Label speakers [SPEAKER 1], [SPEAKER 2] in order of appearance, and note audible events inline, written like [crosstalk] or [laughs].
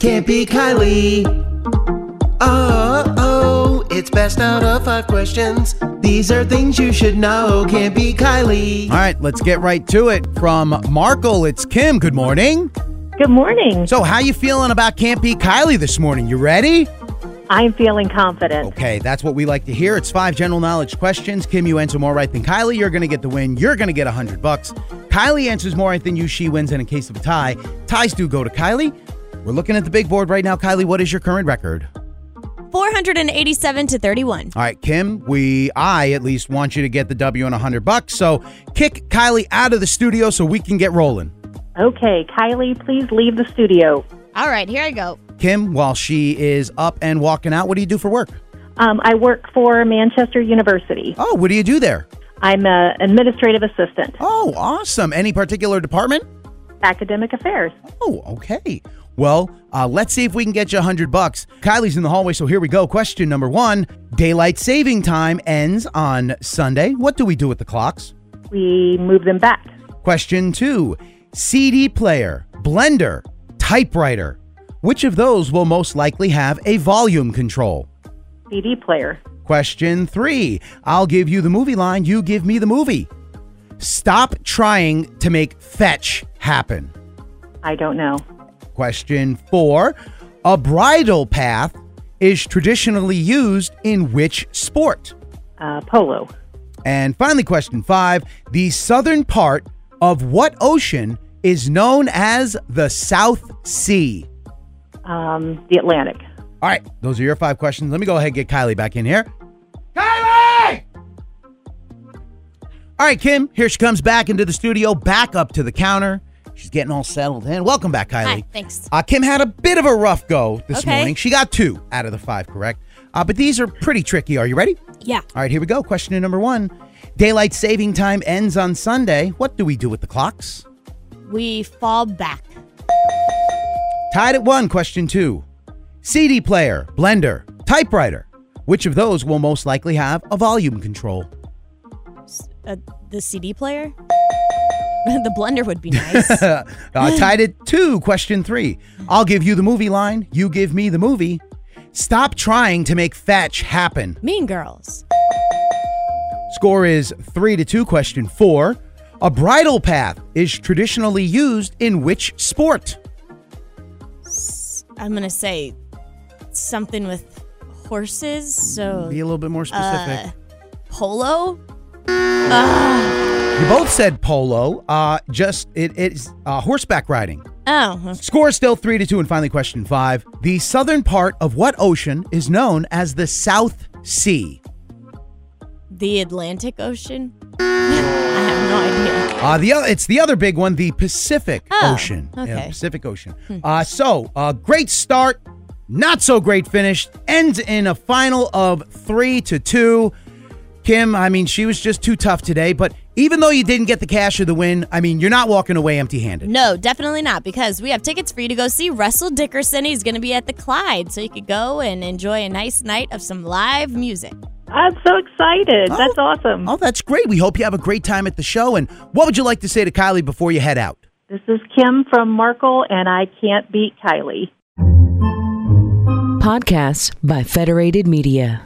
[SPEAKER 1] Can't be Kylie. Oh, oh, it's best out of five questions. These are things you should know. Can't be Kylie.
[SPEAKER 2] All right, let's get right to it. From Markle, it's Kim. Good morning.
[SPEAKER 3] Good morning.
[SPEAKER 2] So, how you feeling about Can't Be Kylie this morning? You ready?
[SPEAKER 3] I'm feeling confident.
[SPEAKER 2] Okay, that's what we like to hear. It's five general knowledge questions. Kim, you answer more right than Kylie, you're going to get the win. You're going to get a 100 bucks. Kylie answers more right than you, she wins. And in case of a tie, ties do go to Kylie. We're looking at the big board right now. Kylie, what is your current record?
[SPEAKER 4] 487 to 31.
[SPEAKER 2] All right, Kim, we I at least want you to get the W and 100 bucks. So, kick Kylie out of the studio so we can get rolling. Oh.
[SPEAKER 3] Okay, Kylie, please leave the studio.
[SPEAKER 4] All right, here I go.
[SPEAKER 2] Kim, while she is up and walking out, what do you do for work?
[SPEAKER 3] Um, I work for Manchester University.
[SPEAKER 2] Oh, what do you do there?
[SPEAKER 3] I'm an administrative assistant,
[SPEAKER 2] Oh, awesome. Any particular department?
[SPEAKER 3] academic affairs.
[SPEAKER 2] Oh, okay. Well, uh, let's see if we can get you a 100 bucks. Kylie's in the hallway, so here we go. Question number one Daylight saving time ends on Sunday. What do we do with the clocks?
[SPEAKER 3] We move them back.
[SPEAKER 2] Question two CD player, blender, typewriter. Which of those will most likely have a volume control?
[SPEAKER 3] CD player.
[SPEAKER 2] Question three I'll give you the movie line, you give me the movie. Stop trying to make fetch happen.
[SPEAKER 3] I don't know.
[SPEAKER 2] Question four A bridle path is traditionally used in which sport?
[SPEAKER 3] Uh, polo.
[SPEAKER 2] And finally, question five The southern part of what ocean is known as the South Sea?
[SPEAKER 3] Um, the Atlantic.
[SPEAKER 2] All right, those are your five questions. Let me go ahead and get Kylie back in here. Kylie! All right, Kim, here she comes back into the studio, back up to the counter. She's getting all settled in. Welcome back, Kylie.
[SPEAKER 4] Hi, thanks.
[SPEAKER 2] Uh, Kim had a bit of a rough go this
[SPEAKER 4] Okay.
[SPEAKER 2] morning. She got two out of the five correct. Uh, but these are pretty tricky. Are you ready?
[SPEAKER 4] Yeah.
[SPEAKER 2] All right, here we go. Question number one Daylight saving time ends on Sunday. What do we do with the clocks?
[SPEAKER 4] We fall back.
[SPEAKER 2] Tied at one, question two. CD player, blender, typewriter. Which of those will most likely have a volume control? [laughs]
[SPEAKER 4] Uh, the CD player? [laughs] the blender would be [laughs] nice.
[SPEAKER 2] Uh, uh, tied at two, question three. I'll give you the movie line, you give me the movie. Stop trying to make fetch happen.
[SPEAKER 4] mean Girls.
[SPEAKER 2] Score is three to two, question four. A bridle path is traditionally used in which sport?
[SPEAKER 4] I'm going to say something with horses. So
[SPEAKER 2] Be a little bit more specific.
[SPEAKER 4] polo?
[SPEAKER 2] Uh, you both said polo. Uh, just it is uh, horseback riding.
[SPEAKER 4] Oh,
[SPEAKER 2] Score is still three to two, and finally, question five: The southern part of what ocean is known as the South Sea?
[SPEAKER 4] the Atlantic Ocean? [laughs] I have no idea.
[SPEAKER 2] Uh, the other, it's the other big one, the Pacific
[SPEAKER 4] Oh,
[SPEAKER 2] Ocean.
[SPEAKER 4] okay. Hmm.
[SPEAKER 2] Pacific Ocean. Uh, so, uh, great start, not so great finish. Ends in a final of three to two. Kim, I mean, she was just too tough today. But even though you didn't get the cash or the win, I mean, you're not walking away empty-handed.
[SPEAKER 4] No, definitely not, because we have tickets for you to go see Russell Dickerson. He's going to be at the Clyde, so you could go and enjoy a nice night of some live music.
[SPEAKER 3] I'm so excited.
[SPEAKER 2] Oh.
[SPEAKER 3] That's awesome.
[SPEAKER 2] Oh, that's great. We hope you have a great time at the show. And what would you like to say to Kylie before you head out?
[SPEAKER 3] This is Kim from Markle, and I can't beat Kylie.
[SPEAKER 5] Podcasts by Federated Media.